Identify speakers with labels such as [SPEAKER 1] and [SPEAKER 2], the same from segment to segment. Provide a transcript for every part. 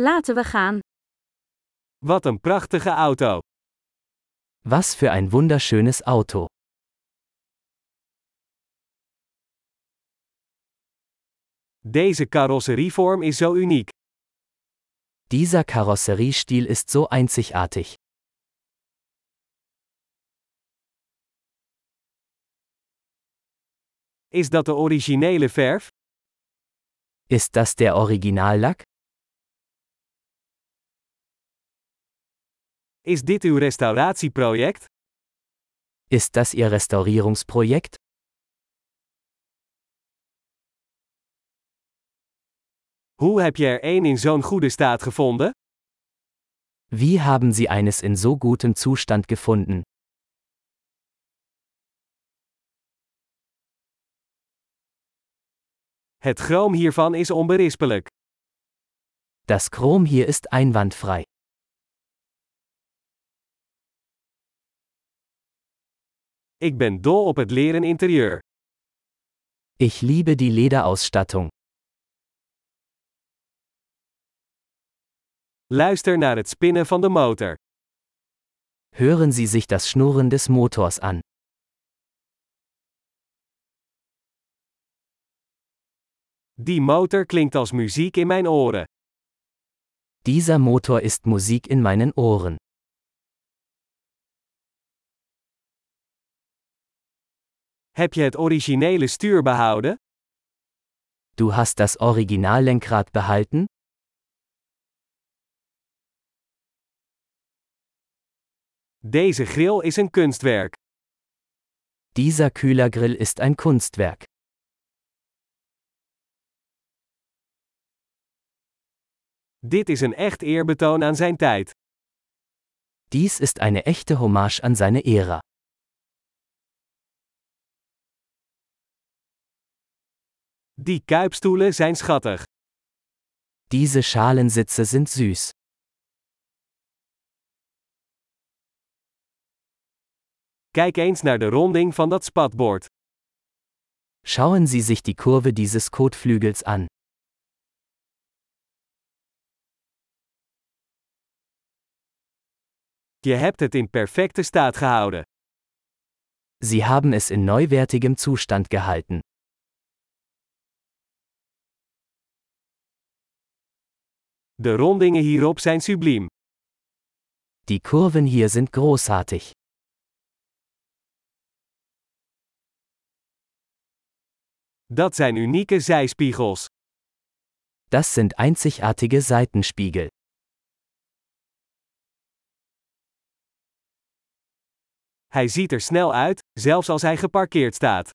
[SPEAKER 1] Laten we gaan.
[SPEAKER 2] Wat een prachtige auto.
[SPEAKER 3] Was für ein wunderschönes Auto.
[SPEAKER 2] Deze carrosserievorm is zo uniek.
[SPEAKER 3] Dieser Karosseriestil ist so einzigartig.
[SPEAKER 2] Is dat de originele verf?
[SPEAKER 3] Ist das der Originallack?
[SPEAKER 2] Is dit uw restauratieproject?
[SPEAKER 3] Ist das Ihr Restaurierungsprojekt?
[SPEAKER 2] Hoe heb je er één in zo'n goede staat gevonden?
[SPEAKER 3] Wie haben Sie eines in so gutem Zustand gefunden?
[SPEAKER 2] Het chroom hiervan is onberispelijk.
[SPEAKER 3] Das Chrom hier ist einwandfrei.
[SPEAKER 2] Ik ben dol op het leren interieur.
[SPEAKER 3] Ich liebe die Lederausstattung.
[SPEAKER 2] Luister naar het spinnen van de motor.
[SPEAKER 3] Hören Sie sich das Schnurren des Motors an.
[SPEAKER 2] Die motor klinkt als muziek in mijn oren.
[SPEAKER 3] Dieser Motor ist Musik in meinen Ohren.
[SPEAKER 2] Heb je het originele stuur behouden?
[SPEAKER 3] Du hast das Originallenkrad behalten?
[SPEAKER 2] Deze grill is een kunstwerk.
[SPEAKER 3] Dieser Kühlergrill ist ein Kunstwerk.
[SPEAKER 2] Dit is een echt eerbetoon aan zijn tijd.
[SPEAKER 3] Dies ist eine echte Hommage an seine Ära.
[SPEAKER 2] Die kuipstoelen zijn schattig.
[SPEAKER 3] Diese Schalensitze sind süß.
[SPEAKER 2] Kijk eens naar de ronding van dat spatbord.
[SPEAKER 3] Schauen Sie sich die Kurve dieses Kotflügels an.
[SPEAKER 2] Je hebt het in perfecte staat gehouden.
[SPEAKER 3] Sie haben es in neuwertigem Zustand gehalten.
[SPEAKER 2] De rondingen hierop zijn subliem.
[SPEAKER 3] Die Kurven hier sind großartig.
[SPEAKER 2] Dat zijn unieke zijspiegels.
[SPEAKER 3] Das sind einzigartige Seitenspiegel.
[SPEAKER 2] Hij ziet er snel uit, zelfs als hij geparkeerd staat.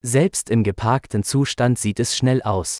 [SPEAKER 3] Selbst im geparkten Zustand sieht es schnell aus.